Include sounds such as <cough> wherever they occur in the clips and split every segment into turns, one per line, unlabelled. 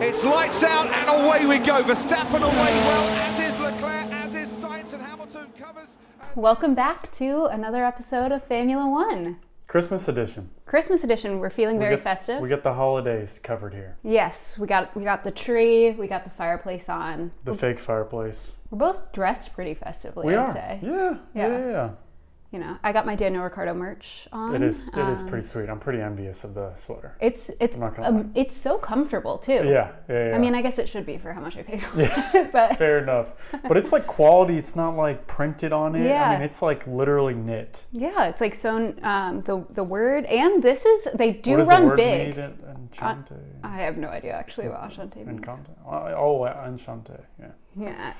It's lights out and away we go. Verstappen away well, as is Leclerc, as is Sainz, and Hamilton covers.
Welcome back to another episode of Formula One.
Christmas edition.
Christmas edition. We're feeling
We
very
get-
festive.
We get the holidays covered here.
yes, we got we got the tree, we got the fireplace on.
The fake fireplace.
We're both dressed pretty festively,
We
I'd
are.
say.
Yeah, yeah,
Yeah.
yeah. yeah.
You know, I got my Daniel Ricardo merch on.
It is. It is
Um,
pretty sweet. I'm pretty envious of the sweater.
It's it's
not gonna lie.
um, it's so comfortable too.
Yeah, yeah, yeah.
I mean, I guess it should be for how much I paid for it, <laughs> but
fair enough. But it's like quality. It's not like printed on it.
Yeah.
I mean, it's like literally knit.
yeah, it's like sewn um, the the word, and this is they do
what does
run
the word
big. Uh,
mean? En- Enchante.
I have no idea actually what Ashanti means.
Enchante. Oh, enchante. Yeah.
Yeah,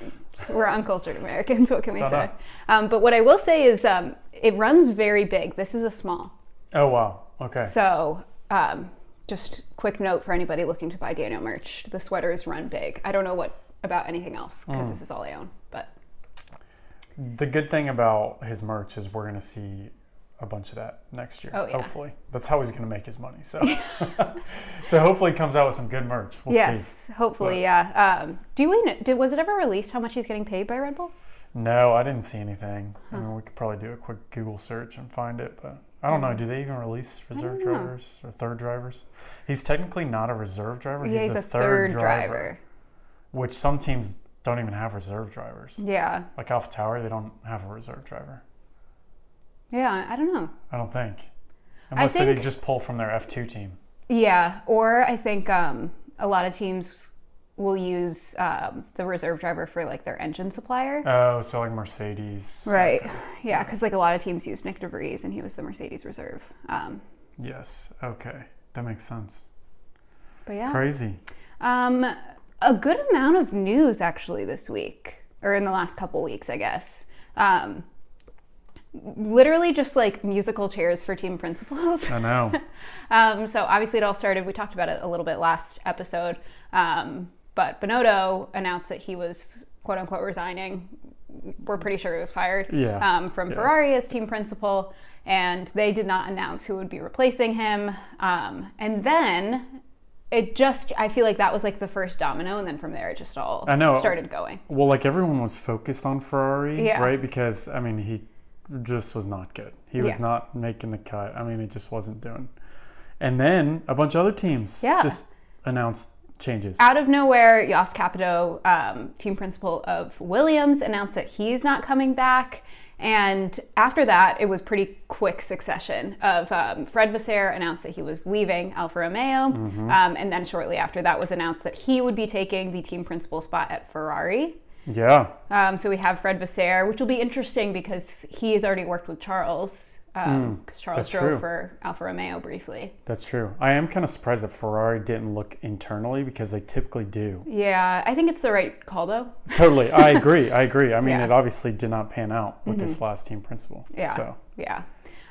we're uncultured Americans. What can we
Don't
say?
know.
Um, but what I will say is, um, it runs very big. This is a small.
Oh wow. Okay.
So, um, just quick note for anybody looking to buy Daniel merch: the sweaters run big. I don't know what about anything else because
Mm.
this is all I own. But
The good thing about his merch is we're gonna see a bunch of that next year.
Oh, yeah.
Hopefully, that's how he's gonna make his money.
<laughs>
So, <laughs> so hopefully, he comes out with some good merch. We'll see.
yes, hopefully, yeah. Um, do we? Know, did, was it ever released how much he's getting paid by Red Bull?
No, I didn't see anything. I mean, we could probably do a quick Google search and find it, but I don't know. Do they even release reserve
Mm. know.
drivers or third drivers? He's technically not a reserve driver.
yeah, he's
the
a third, driver.
which some teams don't even have reserve drivers.
Yeah,
Like Alpha Tower, they don't have a reserve driver.
yeah. I don't know.
I don't think, unless they
think-
just pull from their F two team.
Yeah, or I think um, a lot of teams will use um, the reserve driver for like their engine supplier.
Oh, so like Mercedes.
Right. Yeah, because like a lot of teams use Nick DeVries and he was the Mercedes reserve. Um,
Yes. Okay. That makes sense.
but yeah,
Crazy.
um, a good amount of news actually this week or in the last couple weeks, I guess. Um, literally just like musical chairs for team principals. <laughs>
I know.
Um, so obviously it all started. We talked about it a little bit last episode, um, but Bonotto announced that he was quote unquote resigning. We're pretty sure he was fired
Yeah.
um, from
Yeah.
Ferrari as team principal, and they did not announce who would be replacing him. Um, and then it just, I feel like that was like the first domino, and then from there it just all
I know.
started going.
well, like everyone was focused on Ferrari,
Yeah.
right? Because I mean, he just was not good. He was
Yeah.
not making the cut. I mean, he just wasn't doing. And then a bunch of other teams
Yeah.
just announced changes.
out of nowhere, Jos Capito, um, team principal of Williams, announced that he's not coming back. And after that, it was pretty quick succession of um, Fred Vasseur announced that he was leaving Alfa Romeo.
Mm-hmm.
Um, and then shortly after that was announced that he would be taking the team principal spot at Ferrari.
yeah.
Um, so we have Fred Vasseur, which will be interesting because he has already worked with Charles. Because Charles
Mm, that's
drove
true.
for Alfa Romeo briefly.
That's true. I am kind of surprised that Ferrari didn't look internally because they typically do.
<laughs> Yeah, I think it's the right call though.
totally. I agree. I agree. I mean,
Yeah. Mm-hmm.
it obviously did not pan out with this last team principal.
Yeah.
So,
Yeah.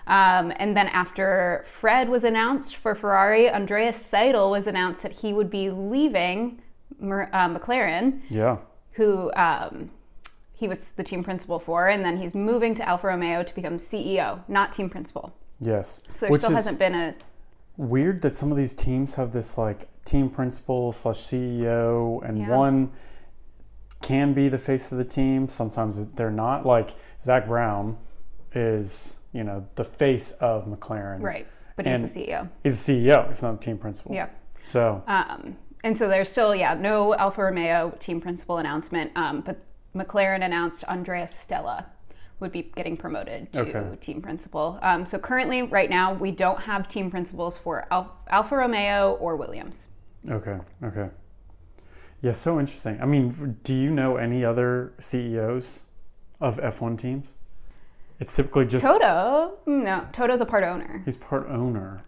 Um, and then after Fred was announced for Ferrari, Andreas Seidel was announced that he would be leaving Mer- uh, McLaren,
yeah.
who um, he was the team principal for, and then he's moving to Alfa Romeo to become CEO, not team principal.
Yes.
So there still hasn't been a
weird that some of these teams have this like team principal slash CEO, and
Yeah.
one can be the face of the team. Sometimes they're not. Like Zach Brown is, you know, the face of McLaren.
right, but he's
And-
the CEO.
He's the CEO. He's not the team principal.
Yeah.
So
Um, and so there's still, yeah, no Alfa Romeo team principal announcement, um, but McLaren announced Andreas Stella would be getting promoted to
Okay.
team principal. Um, so currently, right now, we don't have team principals for Al- Alfa Romeo or Williams.
okay, okay. Yeah. So interesting. I mean, do you know any other CEOs of F one teams? It's typically just
Toto, no, Toto's a part owner.
he's part owner.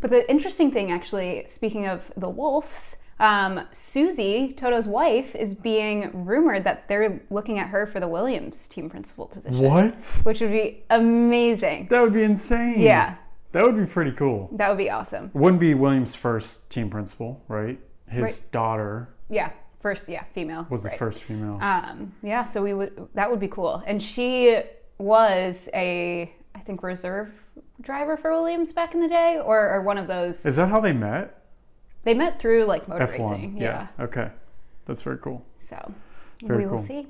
But the interesting thing, actually, speaking of the Wolves, um, Susie, Toto's wife, is being rumored that they're looking at her for the Williams team principal position,
What?
which would be amazing.
That would be insane.
Yeah.
That would be pretty cool.
That would be awesome.
Wouldn't be Williams' first team principal, right? His
Right.
daughter
Yeah, first, yeah, female.
was the
right.
first female.
Um, yeah, so we would that would be cool. And she was a, I think, reserve driver for Williams back in the day, or, or one of those.
Is that how they met?
They met through like motor
F1.
racing.
Yeah. Okay. That's very cool.
So
Very
we will
cool.
see.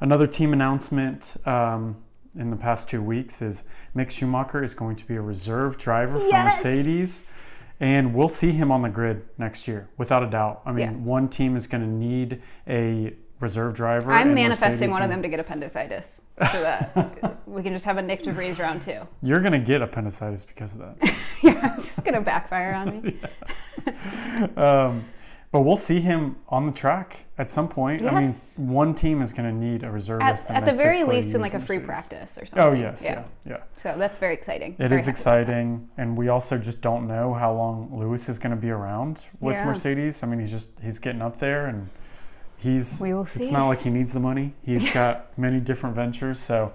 Another team announcement um, in the past two weeks is Mick Schumacher is going to be a reserve driver for
Yes!
Mercedes. And we'll see him on the grid next year, without a doubt. I mean,
Yeah.
one team is going to need a reserve driver.
I'm
and
manifesting
Mercedes
one of
will-
them to get appendicitis
<laughs>
so that we can just have a Nick DeVries round two.
You're going to get appendicitis because of that.
yeah, <laughs> it's just gonna backfire on
<laughs>
me.
um, but we'll see him on the track at some point. I mean,
Yes.
one team is going to need a reservist.
At, at
and
the
they
very
typically
least, in
use
like a free
Mercedes.
practice or something.
Oh yes, yeah, yeah.
So that's very exciting.
It
Very
is
happy about that.
exciting, and we also just don't know how long Lewis is going to be around with
Yeah.
Mercedes. I mean, he's just he's getting up there, and he's
We will
it's
see.
not like he needs the money.
<laughs>
He's got many different ventures, so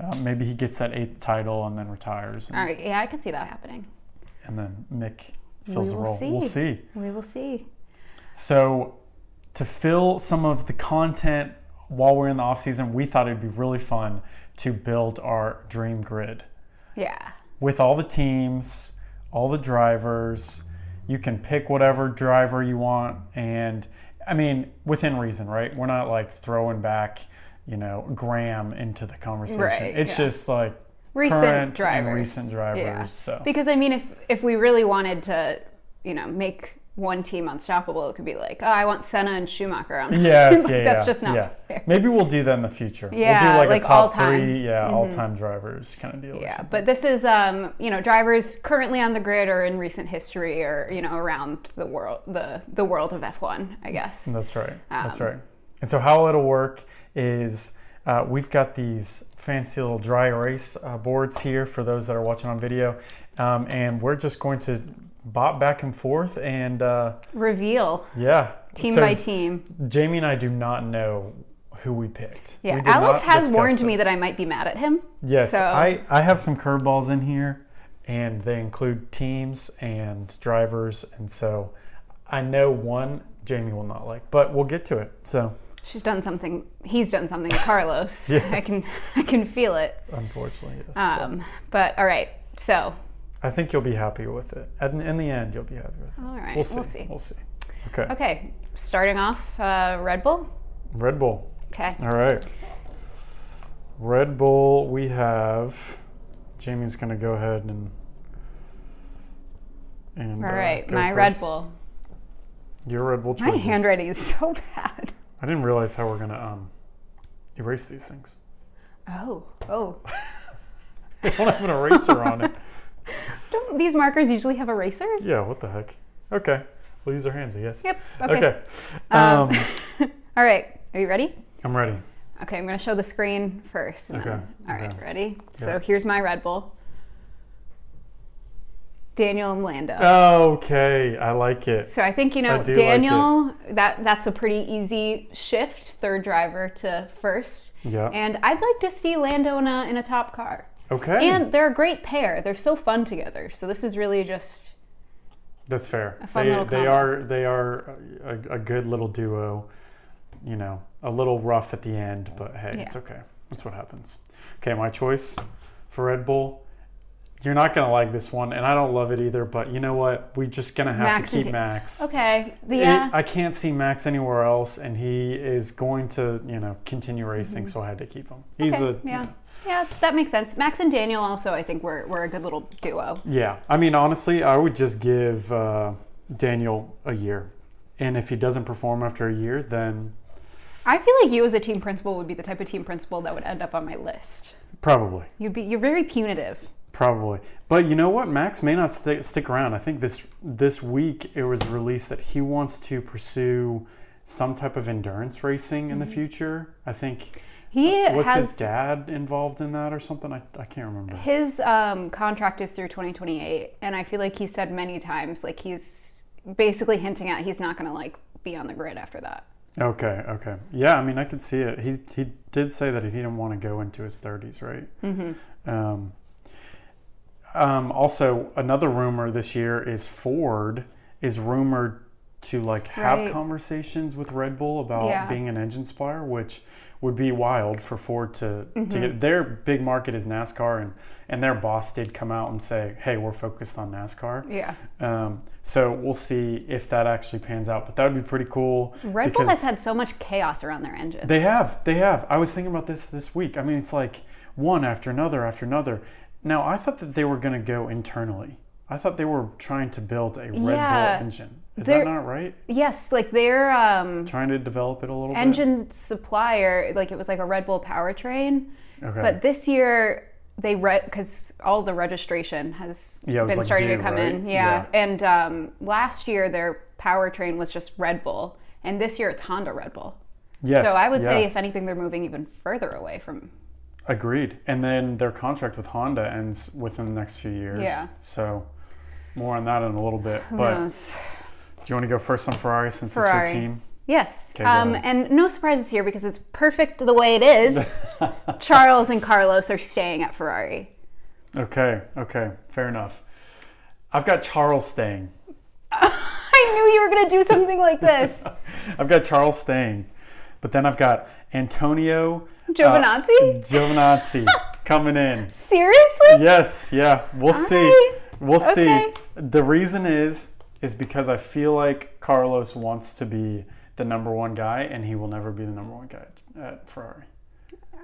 uh, maybe he gets that eighth title and then retires, and,
All right. Yeah, I could see that happening.
and then Mick fills the
will
role. We'll
see.
see.
We will see.
So, to fill some of the content while we're in the off season, we thought it'd be really fun to build our dream grid
Yeah.
with all the teams, all the drivers. You can pick whatever driver you want, and I mean within reason, right? We're not like throwing back, you know, Graham into the conversation.
Right,
it's
yeah.
just like
Recent
current
drivers.
and recent drivers.
Yeah.
So
Because I mean, if if we really wanted to, you know, make one team unstoppable, it could be like, oh, I want Senna and Schumacher on.
<laughs>
<laughs>
Yes,
Like,
yeah,
that's
yeah,
just not
yeah.
fair.
Maybe we'll do that in the future. we'll
Yeah,
do like,
like
a top
all-time. Mm-hmm.
three, yeah, all-time drivers kind of deal. or
Yeah,
something.
but this is, um, you know, drivers currently on the grid or in recent history or you know around the world, the the world of F1, I guess.
That's right. That's
Um,
right. And so how it'll work is uh, we've got these fancy little dry erase uh, boards here for those that are watching on video, um, and we're just going to bop back and forth and uh,
Reveal
yeah,
team
So
by team.
Jamie and I do not know who we picked.
Yeah,
We did
Alex
not
has
discuss
warned me
this.
that I might be mad at him.
Yes,
So
I, I have some curveballs in here, and they include teams and drivers, and so I know one Jamie will not like, but we'll get to it. So
she's done something. He's done something, to Carlos. I
<laughs> Yes.
can I can feel it.
unfortunately, yes. but
Um, but all right, so
I think you'll be happy with it. At, in the end, you'll be happy with it.
all right,
We'll see.
We'll see.
We'll see. Okay.
Okay, starting off uh, Red Bull.
Red Bull.
Okay.
All right. Red Bull. We have. Jamie's gonna go ahead and. And
All
uh,
right,
go
my Red
first.
Bull.
Your Red Bull
My
choices.
handwriting is <laughs> so bad.
I didn't realize how we're gonna um, erase these things. <laughs>
Oh, oh.
They don't have an eraser on
<laughs>
it.
Don't these markers usually have erasers?
Yeah. What the heck? Okay. We'll use our hands, I guess.
Yep. Okay.
Okay. Um,
<laughs> All right. Are you ready?
I'm ready.
Okay, I'm going to show the screen first. and
Okay,
then- all right,
okay.
ready? So
Yeah.
here's my Red Bull. Daniel and Lando.
Okay. I like it.
so I think you
I
know
do like
Daniel. that that's a pretty easy shift, third driver to first.
Yeah.
And I'd like to see Lando in a, in a top car.
Okay.
And they're a great pair. They're so fun together. So this is really just
That's fair.
fun
They,
little
they
combo.
are they are a, a good little duo. You know, a little rough at the end, but hey, it's
Yeah.
okay. That's what happens. Okay, my choice for Red Bull. You're not gonna like this one, and I don't love it either. But you know what? We're just gonna have
Max
to
and
keep
Dan-
Max.
okay. The,
It-
yeah.
I can't see Max anywhere else, and he is going to you know continue racing, so I had to keep him. He's
Mm-hmm. Okay,
a
yeah. Yeah, that makes sense. Max and Daniel also, I think, were, were a good little duo.
Yeah, I mean, honestly, I would just give uh, Daniel a year, and if he doesn't perform after a year, then
I feel like you as a team principal would be the type of team principal that would end up on my list.
probably,
You'd be you're very punitive.
probably. But you know what? Max may not sti- stick around. I think this this week it was released that he wants to pursue some type of endurance racing in the future. I think
He
was
Mm-hmm. has
his dad involved in that or something. I, I can't remember.
his, um, contract is through 2028, and I feel like he said many times like he's basically hinting at he's not going to like be on the grid after that.
Okay, okay. Yeah, I mean, I could see it. He he did say that he didn't want to go into his 30s, right? Mm-hmm. Um, um, also, another rumor this year is Ford is rumored to like have
Right.
conversations with Red Bull about
Yeah.
being an engine supplier, which would be wild for Ford to,
Mm-hmm.
to get their big market is NASCAR and and their boss did come out and say, hey, we're focused on NASCAR.
Yeah.
Um, so we'll see if that actually pans out, but that would be pretty cool.
Red Bull has
because-
had so much chaos around their engine.
they have. They have. I was thinking about this this week. I mean, it's like one after another after another. Now, I thought that they were going to go internally. I thought they were trying to build a Red
Yeah.
Bull engine. Is
They're-
that not right?
yes, like their um,
Trying to develop it a little
engine supplier, like it was like a Red Bull powertrain.
bit. Okay.
But this year they read because all the registration has
Yeah, it was
been
like
starting
due,
to come in.
right?
Yeah, and um, last year their powertrain was just Red Bull, and this year it's Honda Red Bull.
yes.
so I would say,
yeah.
if anything, they're moving even further away from.
Agreed. And then their contract with Honda ends within the next few years.
Yeah.
So more on that in a little bit. but
knows?
do you want to go first on Ferrari since
Ferrari.
it's your team?
Yes,
go
um,
ahead.
and no surprises here because it's perfect the way it
<laughs>
is. Charles and Carlos are staying at Ferrari.
Okay. Okay. Fair enough. I've got Charles staying.
I knew you were going to do something like
<laughs>
this,
Uh, I've got Charles staying, but then I've got Antonio uh,
Giovinazzi.
Giovinazzi coming in.
<laughs> Seriously?
Yes, yeah, we'll see.
Alright,
We'll
okay.
see. The reason is is because I feel like Carlos wants to be the number one guy, and he will never be the number one guy at Ferrari.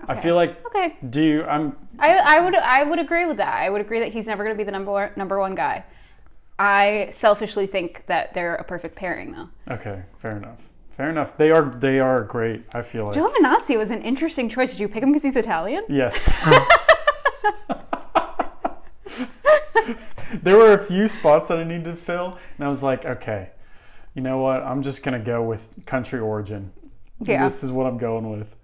I feel like.
Okay.
Do you? I'm.
I, I would I would agree with that. I would agree that he's never going to be the number one, number one guy. I selfishly think that they're a perfect pairing, though.
Okay. Fair enough. Fair enough. They are. They are great. I feel like.
Giovinazzi was an interesting choice. Did you pick him because he's Italian?
Yes.
<laughs>
there were a few spots that I needed to fill, and I was like, okay, you know what? I'm just going to go with country origin.
Yeah.
This is what I'm going with.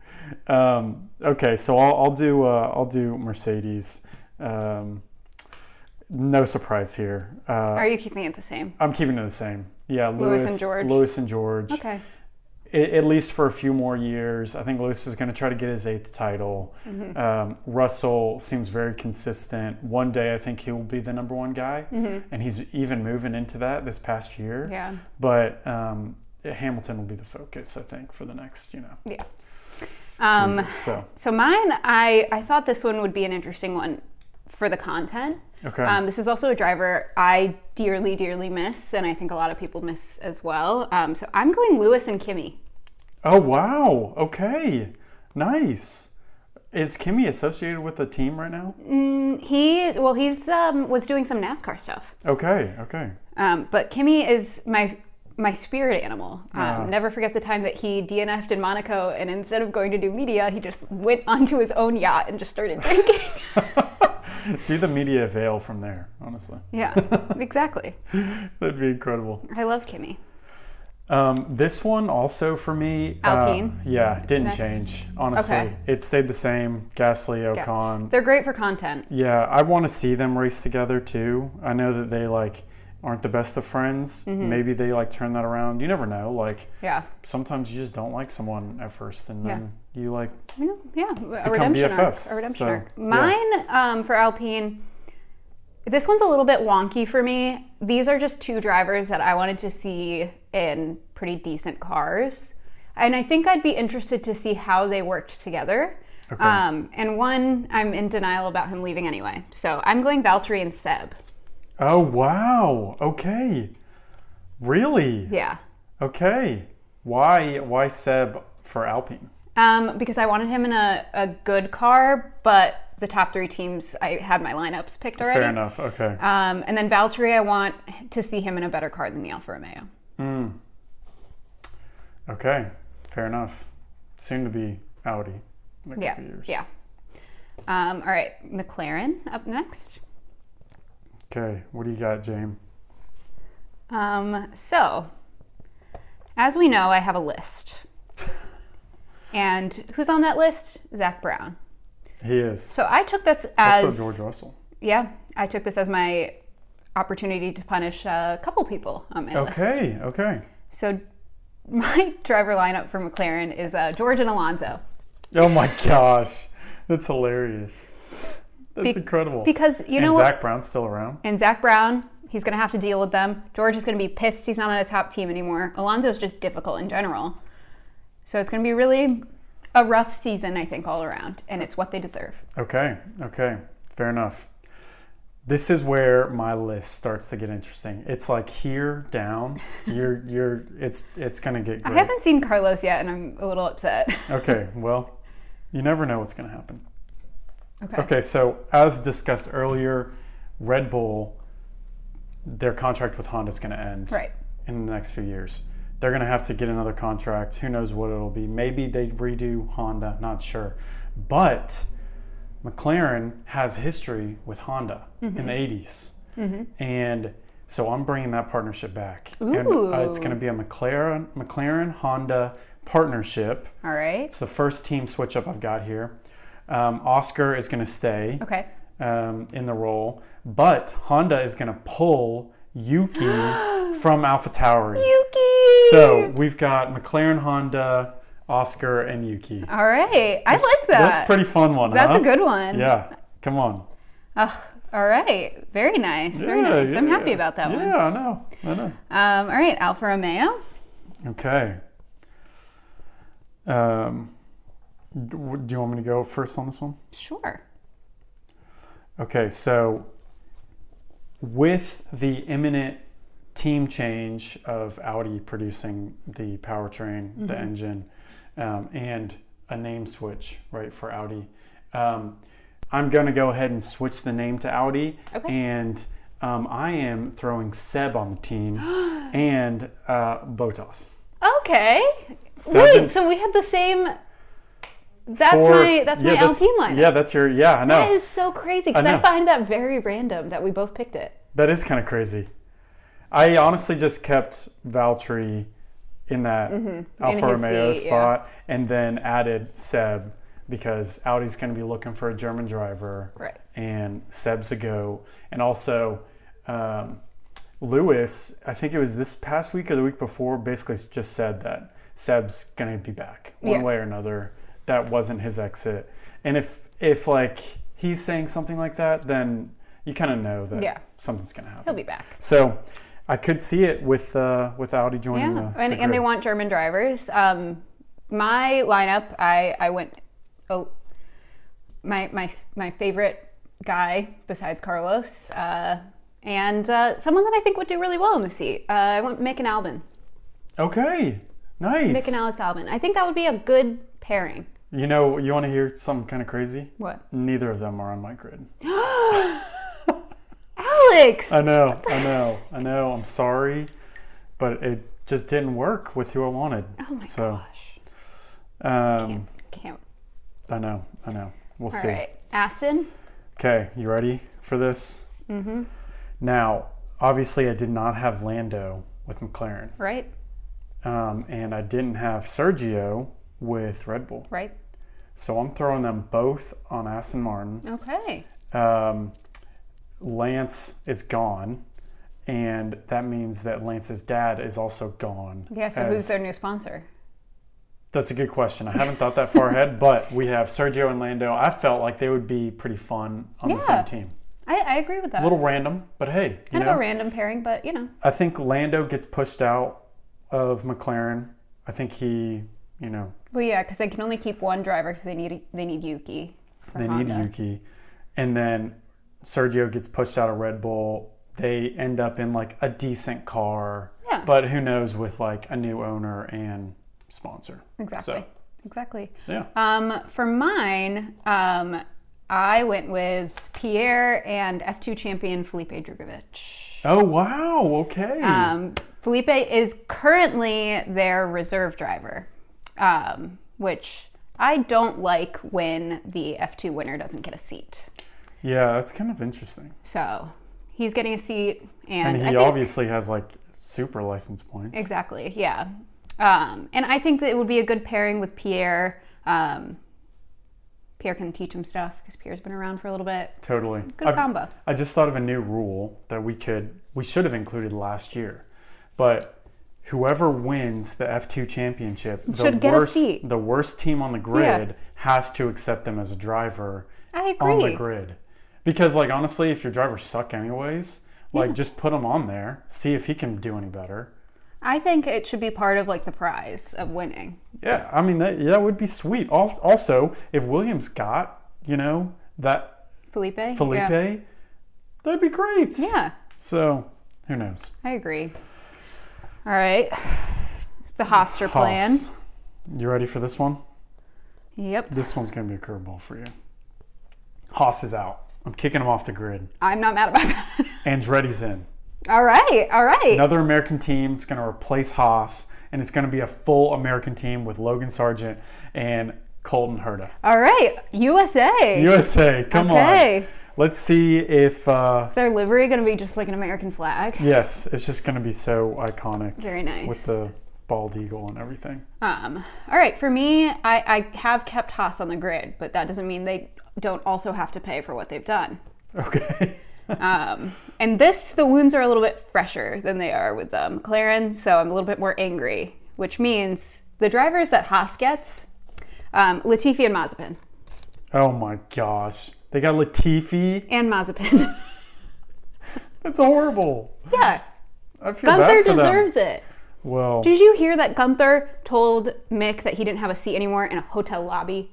Um, okay, so I'll, I'll do uh, I'll do Mercedes. Um, no surprise here. Uh,
Are you keeping it the same?
I'm keeping it the same. Yeah, Lewis,
Lewis and George.
Lewis and George.
Okay.
A- at least for a few more years. I think Lewis is going to try to get his eighth title.
Mm-hmm.
Um, Russell seems very consistent. One day, I think he will be the number one guy, and he's even moving into that this past year.
Mm-hmm. Yeah.
But um, Hamilton will be the focus, I think, for the next, you know.
Yeah. Um,
So
so mine, I I thought this one would be an interesting one for the content.
okay,
Um, this is also a driver I dearly, dearly miss, and I think a lot of people miss as well. Um, so I'm going Lewis and Kimmy.
Oh wow! Okay, nice. Is Kimmy associated with the team right now?
He well, he's um, was doing some NASCAR stuff.
Okay, okay.
Um, but Kimmy is my my spirit animal. Um, Never forget the time that he DNF'd in Monaco, and instead of going to do media, he just went <laughs> onto his own yacht and just started drinking.
Do the media avail from there? Honestly,
yeah, exactly.
that'd be incredible.
I love Kimmy.
Um, this one also for me. uh,
Alpine?
yeah, didn't
Next.
change. Honestly,
Okay.
it stayed the same. Gasly, Ocon. Yeah,
They're great for content.
I want to see them race together too. I know that they like aren't the best of friends. Maybe they like turn that around. You never know. Like
Mm-hmm. Yeah,
sometimes you just don't like someone at first, and
Yeah.
then you like.
you know, yeah, a redemption
BFFs,
arc. A redemption
so,
arc.
yeah.
Mine um, for Alpine. This one's a little bit wonky for me. These are just two drivers that I wanted to see in pretty decent cars. And I think I'd be interested to see how they worked together.
Okay.
Um, and one, I'm in denial about him leaving anyway. So I'm going Valtteri and Seb.
Oh wow. Okay. Really.
Yeah.
Okay. Why? Why Seb for Alpine?
Um, because I wanted him in a, a good car, but the top three teams, I had my lineups picked already.
Fair enough. Okay.
Um, and then Valtteri, I want to see him in a better car than the Alfa Romeo.
Okay, fair enough. Soon to be Audi in a
Yeah.
couple years.
Yeah. Um, all right, McLaren up next.
Okay, what do you got, James?
Um, so, as we know, I have a
<laughs>
list. And who's on that list? Zach Brown.
He is
So I took this as
also George Russell.
<laughs> yeah, I took this as my opportunity to punish a couple people on my list.
Okay, okay.
So <laughs> my driver lineup for McLaren is uh, George and Alonso.
Oh my <laughs> gosh, that's hilarious. That's
Be-
incredible.
Because you know
and
what?
Zach Brown's still around.
and Zach Brown, he's going to have to deal with them. George is going to be pissed he's not on a top team anymore. Alonso's just difficult in general. So it's going to be really a rough season, I think, all around, and it's what they deserve.
Okay, okay, fair enough. This is where my list starts to get interesting. It's like here down. You're you're. It's it's gonna get
<laughs> I
great.
haven't seen Carlos yet, and I'm a little upset. <laughs>
Okay, well, you never know what's gonna happen.
Okay.
Okay, so as discussed earlier, Red Bull, their contract with Honda is going to end
Right.
in the next few years. They're going to have to get another contract. Who knows what it'll be? Maybe they redo Honda, not sure. But McLaren has history with Honda in the 80s. And so I'm bringing that partnership back. And uh, it's
Ooh.
going to be a McLaren, McLaren Honda partnership.
All right.
It's the first team switch up I've got here. Um, Oscar is going to stay
Okay.
um, in the role, but Honda is going to pull
<gasps>
Yuki from AlphaTauri.
Yuki.
So we've got McLaren, Honda, Oscar, and Yuki.
All right. I like that.
That's a pretty fun one.
That's
huh?
a good one.
Yeah, come on.
Ugh, all right. Very nice. Very
Yeah,
nice. I'm
yeah,
happy
yeah.
about that one.
Yeah, I know. I know.
Um, all right. Alfa Romeo.
Okay. Um, do do you want me to go first on this one?
Sure.
Okay, so with the imminent team change of Audi producing the powertrain,
Mm-hmm.
the engine, um, and a name switch, right, for Audi, um, I'm going to go ahead and switch the name to Audi.
Okay.
And um, I am throwing Seb on the
<gasps>
team and uh, Botas.
Okay.
Seven-
Wait. So we had the same. That's
For-
my that's
yeah,
my Alpine lineup.
Yeah, that's your, yeah, I know.
That is so crazy because
I
I,
know.
find that very random that we both picked it.
That is kind of crazy. I honestly just kept Valtteri in that Alfa
Mm-hmm. In his
Romeo
seat, yeah.
spot and then added Seb because Audi's going to be looking for a German driver.
Right.
And Seb's a go. And also, um, Lewis, I think it was this past week or the week before, basically just said that Seb's going to be back one
Yeah.
way or another. That wasn't his exit. And if, if like, he's saying something like that, then you kind of know that
Yeah.
something's going to happen.
He'll be back.
So I could see it with uh, with Audi joining
Yeah,
the,
and,
the
and they
grid.
want German drivers. Um, my lineup, I I went. Oh, my my my favorite guy besides Carlos, uh, and uh, someone that I think would do really well in the seat. Uh, I went Mick and Albin.
Okay, nice.
Mick and Alex Albin. I think that would be a good pairing.
You know, you want to hear something kind of crazy?
What?
Neither of them are on my grid.
Alex.
I know, I know, I know. I'm sorry, but it just didn't work with who I wanted. Oh
my
so, gosh. Um,
Can't.
I know, I know. We'll
All
see.
right, Aston.
Okay, you ready for this? Mm-hmm. Now, obviously, I did not have Lando with McLaren,
Right.
um, and I didn't have Sergio with Red Bull.
Right.
So I'm throwing them both on Aston Martin.
Okay.
Um, Lance is gone, and that means that Lance's dad is also gone.
Yeah. So who's
as-
their new sponsor?
That's a good question. I haven't thought that
<laughs>
far ahead, but we have Sergio and Lando. I felt like they would be pretty fun on the
Yeah.
same team.
I, I agree with that.
A little random, but hey, you
kind
know,
of a random pairing, but you know.
I think Lando gets pushed out of McLaren. I think he, you know,
Well, yeah, because they can only keep one driver because they need they need Yuki. for
They
Honda.
need Yuki. And then Sergio gets pushed out of Red Bull. They end up in like a decent car.
Yeah.
But who knows with like a new owner and sponsor.
Exactly.
So,
Exactly.
yeah.
Um, for mine, um, I went with Pierre and F2 champion Felipe Drugovich.
Oh, wow. Okay.
Um, Felipe is currently their reserve driver, um, which I don't like when the F2 winner doesn't get a seat.
yeah, that's kind of interesting.
So he's getting a seat, and,
And
I
he
think
obviously has like super license points.
Exactly. Yeah. Um, and I think that it would be a good pairing with Pierre. Um, Pierre can teach him stuff because Pierre's been around for a little bit.
Totally.
Good combo.
I just thought of a new rule that we could we should have included last year. But whoever wins the F2 championship, the
should get a
worst
seat.
the worst team on the grid has to accept them as a driver
Oh, I
on the
agree.
grid. Because like honestly, if your drivers suck anyways, like just put them on there, see if he can do any better.
I think it should be part of like the prize of winning.
Yeah, I mean that that would be sweet. Al- Also, if Williams got you know that
Felipe? Yeah.
Felipe, that'd be great.
yeah.
So who knows?
I agree. All right. The Hoster plan.
Haas, You ready for this one?
Yep.
This one's gonna be a curveball for you. Haas is out. I'm kicking him off the grid.
I'm not mad about that.
<laughs> Andretti's in.
all right. All right.
Another American team's going to replace Haas, and it's going to be a full American team with Logan Sargent and Colton Herta.
All right. USA.
USA, come on.
Okay.
Let's see if, uh,
Is their livery going to be just like an American flag?
yes, it's just going to be so iconic.
Very nice.
With the bald eagle and everything.
Um, all right. For me, I, I have kept Haas on the grid, but that doesn't mean they don't also have to pay for what they've done.
Okay. <laughs>
Um, and this, the wounds are a little bit fresher than they are with um, McLaren, so I'm a little bit more angry, which means the drivers that Haas gets, um, Latifi and Mazepin.
oh my gosh. They got Latifi.
And Mazepin. <laughs>
That's horrible.
yeah.
I feel
Gunther
bad for
deserves it.
them. Well,
Did you hear that Gunther told Mick that he didn't have a seat anymore in a hotel lobby?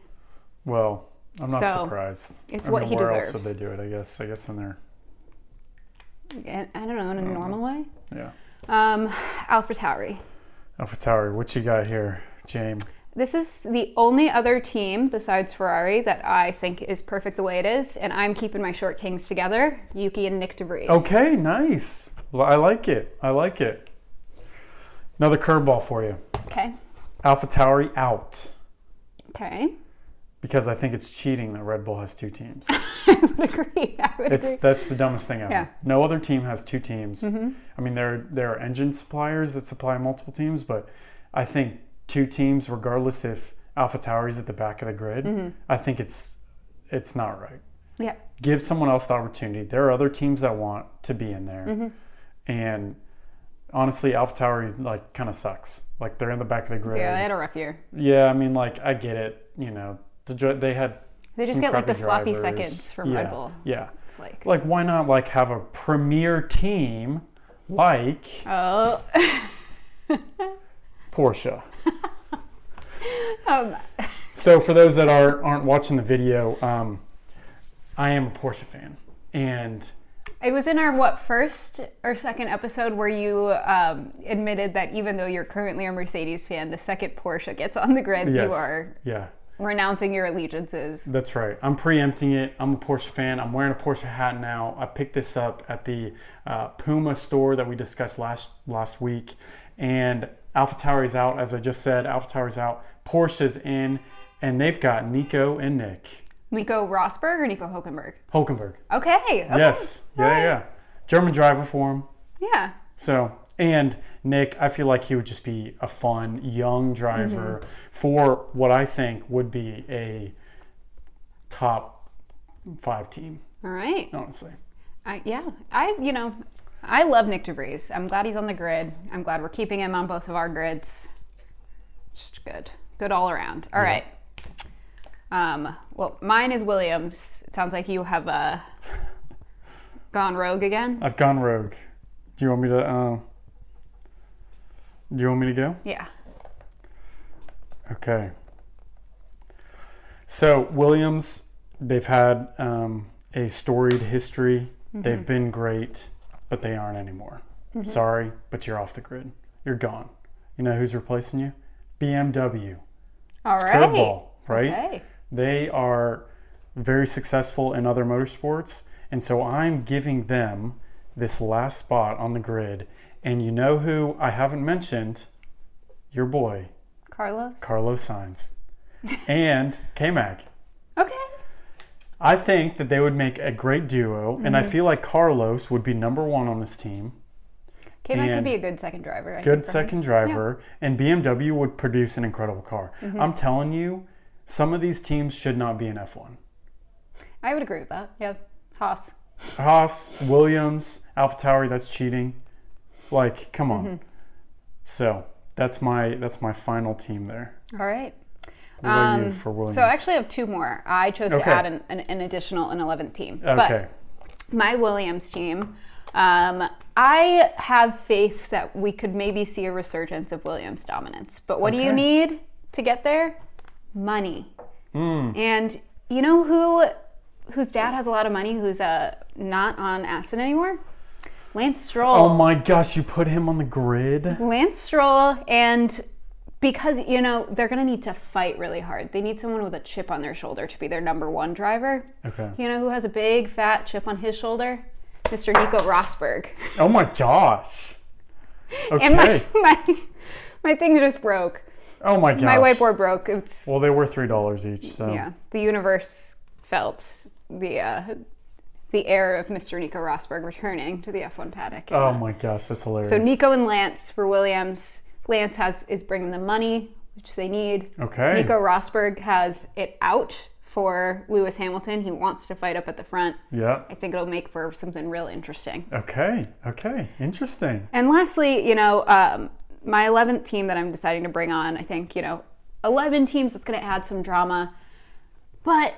well, I'm not
So,
surprised.
it's
I
what
mean,
he
where else
deserves.
would they do it? I guess. I guess in there.
I I don't know, in a normal way.
Yeah.
Um, Alfred Towery.
Alpha Tower, what you got here, James?
This is the only other team besides Ferrari that I think is perfect the way it is, and I'm keeping my short kings together, Yuki and Nick DeVries.
Okay, nice. Well, I like it. I like it. Another curveball for you.
Okay.
Alpha Tauri out
Okay. <laughs>
because I think it's cheating that Red Bull has two teams.
I would agree. I would
It's
agree.
that's the dumbest thing ever.
Yeah. Mm-hmm.
No other team has two teams. I mean, there there are engine suppliers that supply multiple teams, but I think two teams, regardless if Alpha Tauri's at the back of the grid,
Mm-hmm.
I think it's it's not right.
Yeah.
give someone else the opportunity. There are other teams that want to be in there.
Mm-hmm.
And honestly, Alpha Tower is like kind of sucks. Like they're in the back of the grid.
Yeah, they had a rough year.
Yeah, I mean, like I get it. You know, the, dri- they had.
They just
some
get like the sloppy
crappy drivers.
seconds from
yeah,
Red Bull.
Yeah,
It's like,
like why not like have a premier team like
oh,
Porsche?
<laughs> um, <laughs>
So for those that are aren't watching the video, um, I am a Porsche fan, and
it was in our what first or second episode where you um, admitted that even though you're currently a Mercedes fan, the second Porsche gets on the grid,
yes,
you are
yeah,
renouncing your allegiances.
That's right. I'm preempting it. I'm a Porsche fan. I'm wearing a Porsche hat now. I picked this up at the uh, Puma store that we discussed last last week, and Alpha Tower is out. As I just said, Alpha Tower is out. Porsche's in, and they've got Nico and Nick
Nico Rosberg or Nico Hulkenberg?
Hulkenberg.
Okay. okay.
Yes. Yeah, yeah, yeah. German driver for him.
Yeah.
So, and Nick, I feel like he would just be a fun young driver for what I think would be a top five team,
All right.
honestly.
I, yeah, I you know, I love Nick DeVries. I'm glad he's on the grid. I'm glad we're keeping him on both of our grids. Just good, good all around. All right. Um, well, mine is Williams. It sounds like you have
<laughs>
uh, gone rogue again.
I've gone rogue. Do you want me to? Uh, do you want me to go?
Yeah.
Okay. So Williams, they've had um, a storied history.
Mm-hmm.
They've been great, but they aren't anymore. Sorry, but you're off the grid. You're gone. You know who's replacing you? BMW.
All right.
Curveball, right?
Okay.
They are very successful in other motorsports, and so I'm giving them this last spot on the grid. And you know who I haven't mentioned? Your boy,
Carlos.
Carlos Sainz, and K Mac.
Okay.
I think that they would make a great duo, and
Mm-hmm.
I feel like Carlos would be number one on this team.
K Mac could
And-
be a good second driver. I
Good
think, for him.
second driver, and BMW would produce an incredible car.
Mm-hmm.
I'm telling you, some of these teams should not be in F1.
I would agree with that. Yeah. Haas.
Haas, Williams, AlphaTauri, that's cheating. Like, come on.
Mm-hmm.
So that's my that's my final team there.
All right.
What about you
Um,
for Williams?
So I actually have two more. I chose
Okay.
to add an, an, an additional an 11th team. But
okay.
my Williams team Um, I have faith that we could maybe see a resurgence of Williams' dominance. But what do you
Okay.
need to get there? Money.
Hmm.
And you know who whose dad has a lot of money who's uh, not on acid anymore? Lance Stroll.
Oh my gosh, you put him on the grid?
Lance Stroll and because you know they're going to need to fight really hard. They need someone with a chip on their shoulder to be their number one driver.
Okay.
You know who has a big fat chip on his shoulder? Mr. Nico Rosberg.
Oh my gosh.
<laughs>
Okay.
And my, <laughs> my my thing just broke.
oh my gosh.
My whiteboard broke. It's
Well, they were three dollars each, so
yeah. The universe felt the uh, the air of Mr. Nico Rosberg returning to the F1 paddock. And, uh,
Oh my gosh, that's hilarious.
So Nico and Lance for Williams. Lance has is bringing the money which they need.
Okay.
Nico Rosberg has it out for Lewis Hamilton. He wants to fight up at the front.
Yeah.
I think it'll make for something real interesting.
Okay. Okay. Interesting.
And lastly, you know, um, my 11th team that I'm deciding to bring on, I think, you know, 11 teams that's going to add some drama. But,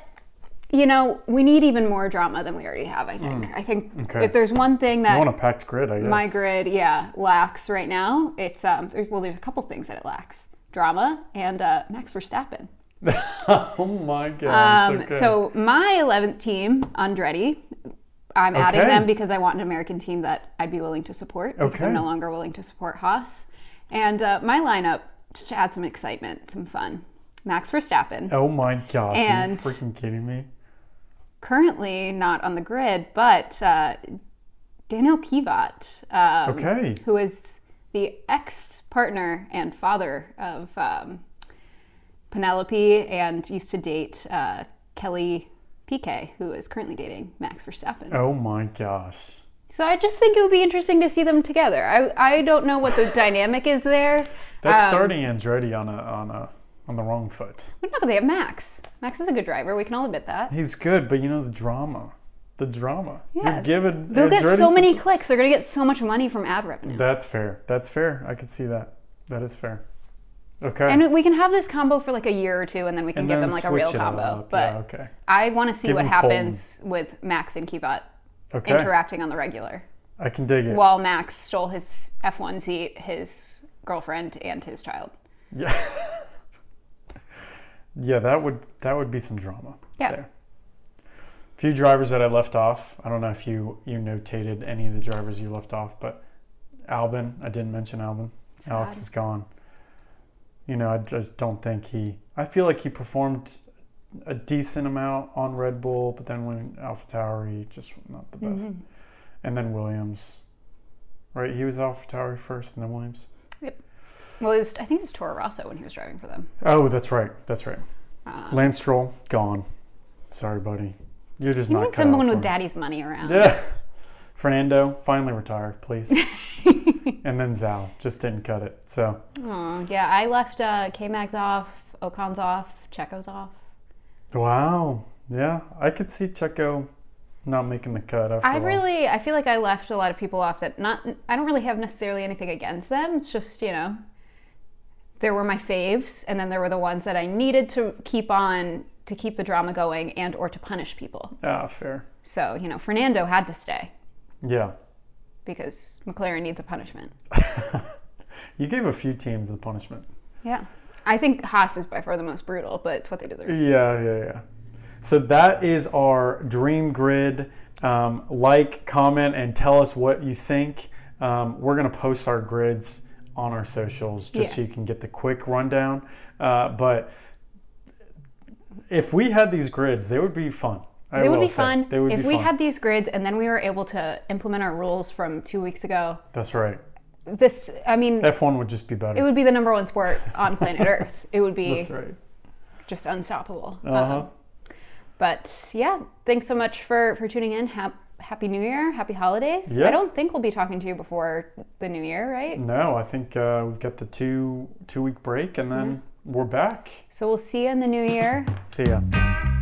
you know, we need even more drama than we already have, I think. I think
Okay.
if there's one thing
I
that
want a packed grid, I guess.
my grid, yeah, lacks right now. It's um, there's, well, there's a couple things that it lacks: drama and uh, Max Verstappen.
<laughs> oh my gosh.
Um,
okay.
So my 11th team, Andretti. I'm adding
Okay.
them because I want an American team that I'd be willing to support because
Okay.
I'm no longer willing to support Haas. And uh, my lineup, just to add some excitement, some fun. Max Verstappen,
Oh my gosh. Are you
And-
freaking kidding me?
currently not on the grid, but uh, Daniel Kivat, um,
Okay.
who is the ex partner and father of um, Penelope and used to date uh, Kelly Piquet, who is currently dating Max Verstappen.
Oh my gosh.
So I just think it would be interesting to see them together. I, I don't know what the <laughs> dynamic is there.
That's
Um,
starting Andretti on a on a on the wrong foot.
But no, they have Max. Max is a good driver. We can all admit that.
He's good, but you know the drama. The drama.
Yeah.
You're giving
They'll get
Andretti
so many
some-
clicks. They're going to get so much money from ad revenue.
That's fair. That's fair. I could see that. That is fair. Okay.
And we can have this combo for like a year or two, and then we can
And
give
then
them like a real
switch it
combo.
up.
But
yeah, okay.
I want to see
Give
what
him Colton.
happens with Max and Kivat
Okay.
interacting on the regular.
I can dig it.
While Max stole his F1 seat, his girlfriend, and his child.
Yeah. yeah, that would that would be some drama.
Yeah.
There. Few drivers that I left off. I don't know if you you notated any of the drivers you left off, but Albin, I didn't mention Albin. Alex
Sad.
is gone. You know, I just don't think he. I feel like he performed a decent amount on Red Bull, but then when AlphaTauri, just not the best.
Mm-hmm.
And then Williams, right? He was AlphaTauri first, and then Williams.
Well, it was, I think it was Toro Rosso when he was driving for them.
Oh, that's right. That's right.
Uh,
Lance Stroll gone. Sorry, buddy. You're just
you
not
need
cut out
someone
for
with
it.
daddy's money around.
Yeah. <laughs> Fernando finally
<laughs>
retired, please. and then Zhao just didn't cut it. So
Aw, yeah, I left uh, K Mag's off, Ocon's off, Checo's off.
wow, yeah, I could see Checo not making the cut after
I
all.
really, I feel like I left a lot of people off that not, I don't really have necessarily anything against them. It's just, you know, there were my faves and then there were the ones that I needed to keep on to keep the drama going and or to punish people.
ah fair.
So, you know, Fernando had to stay
Yeah,
because McLaren needs a punishment.
you gave a few teams the punishment.
Yeah. I think Haas is by far the most brutal, but it's what they deserve.
Yeah, yeah, yeah. So that is our dream grid. Um, like, comment, and tell us what you think. Um, we're going to post our grids on our socials just
Yeah.
so you can get the quick rundown. Uh, but if we had these grids, they would be fun. I
It would
will
be
say.
fun
They would
if
be
we
fun.
had these grids and then we were able to implement our rules from two weeks ago.
That's right.
This, I mean,
F1 would just be
it
better.
would be the number one sport on planet Earth. It would be
That's right.
just unstoppable.
Uh huh.
Um, but yeah, thanks so much for for tuning in. Hap- happy New Year, happy holidays.
Yeah.
I don't think we'll be talking to you before the New Year, right?
No, I think uh, we've got the
Mm-hmm.
two two week break and then we're back.
So we'll see you in the New Year.
See ya.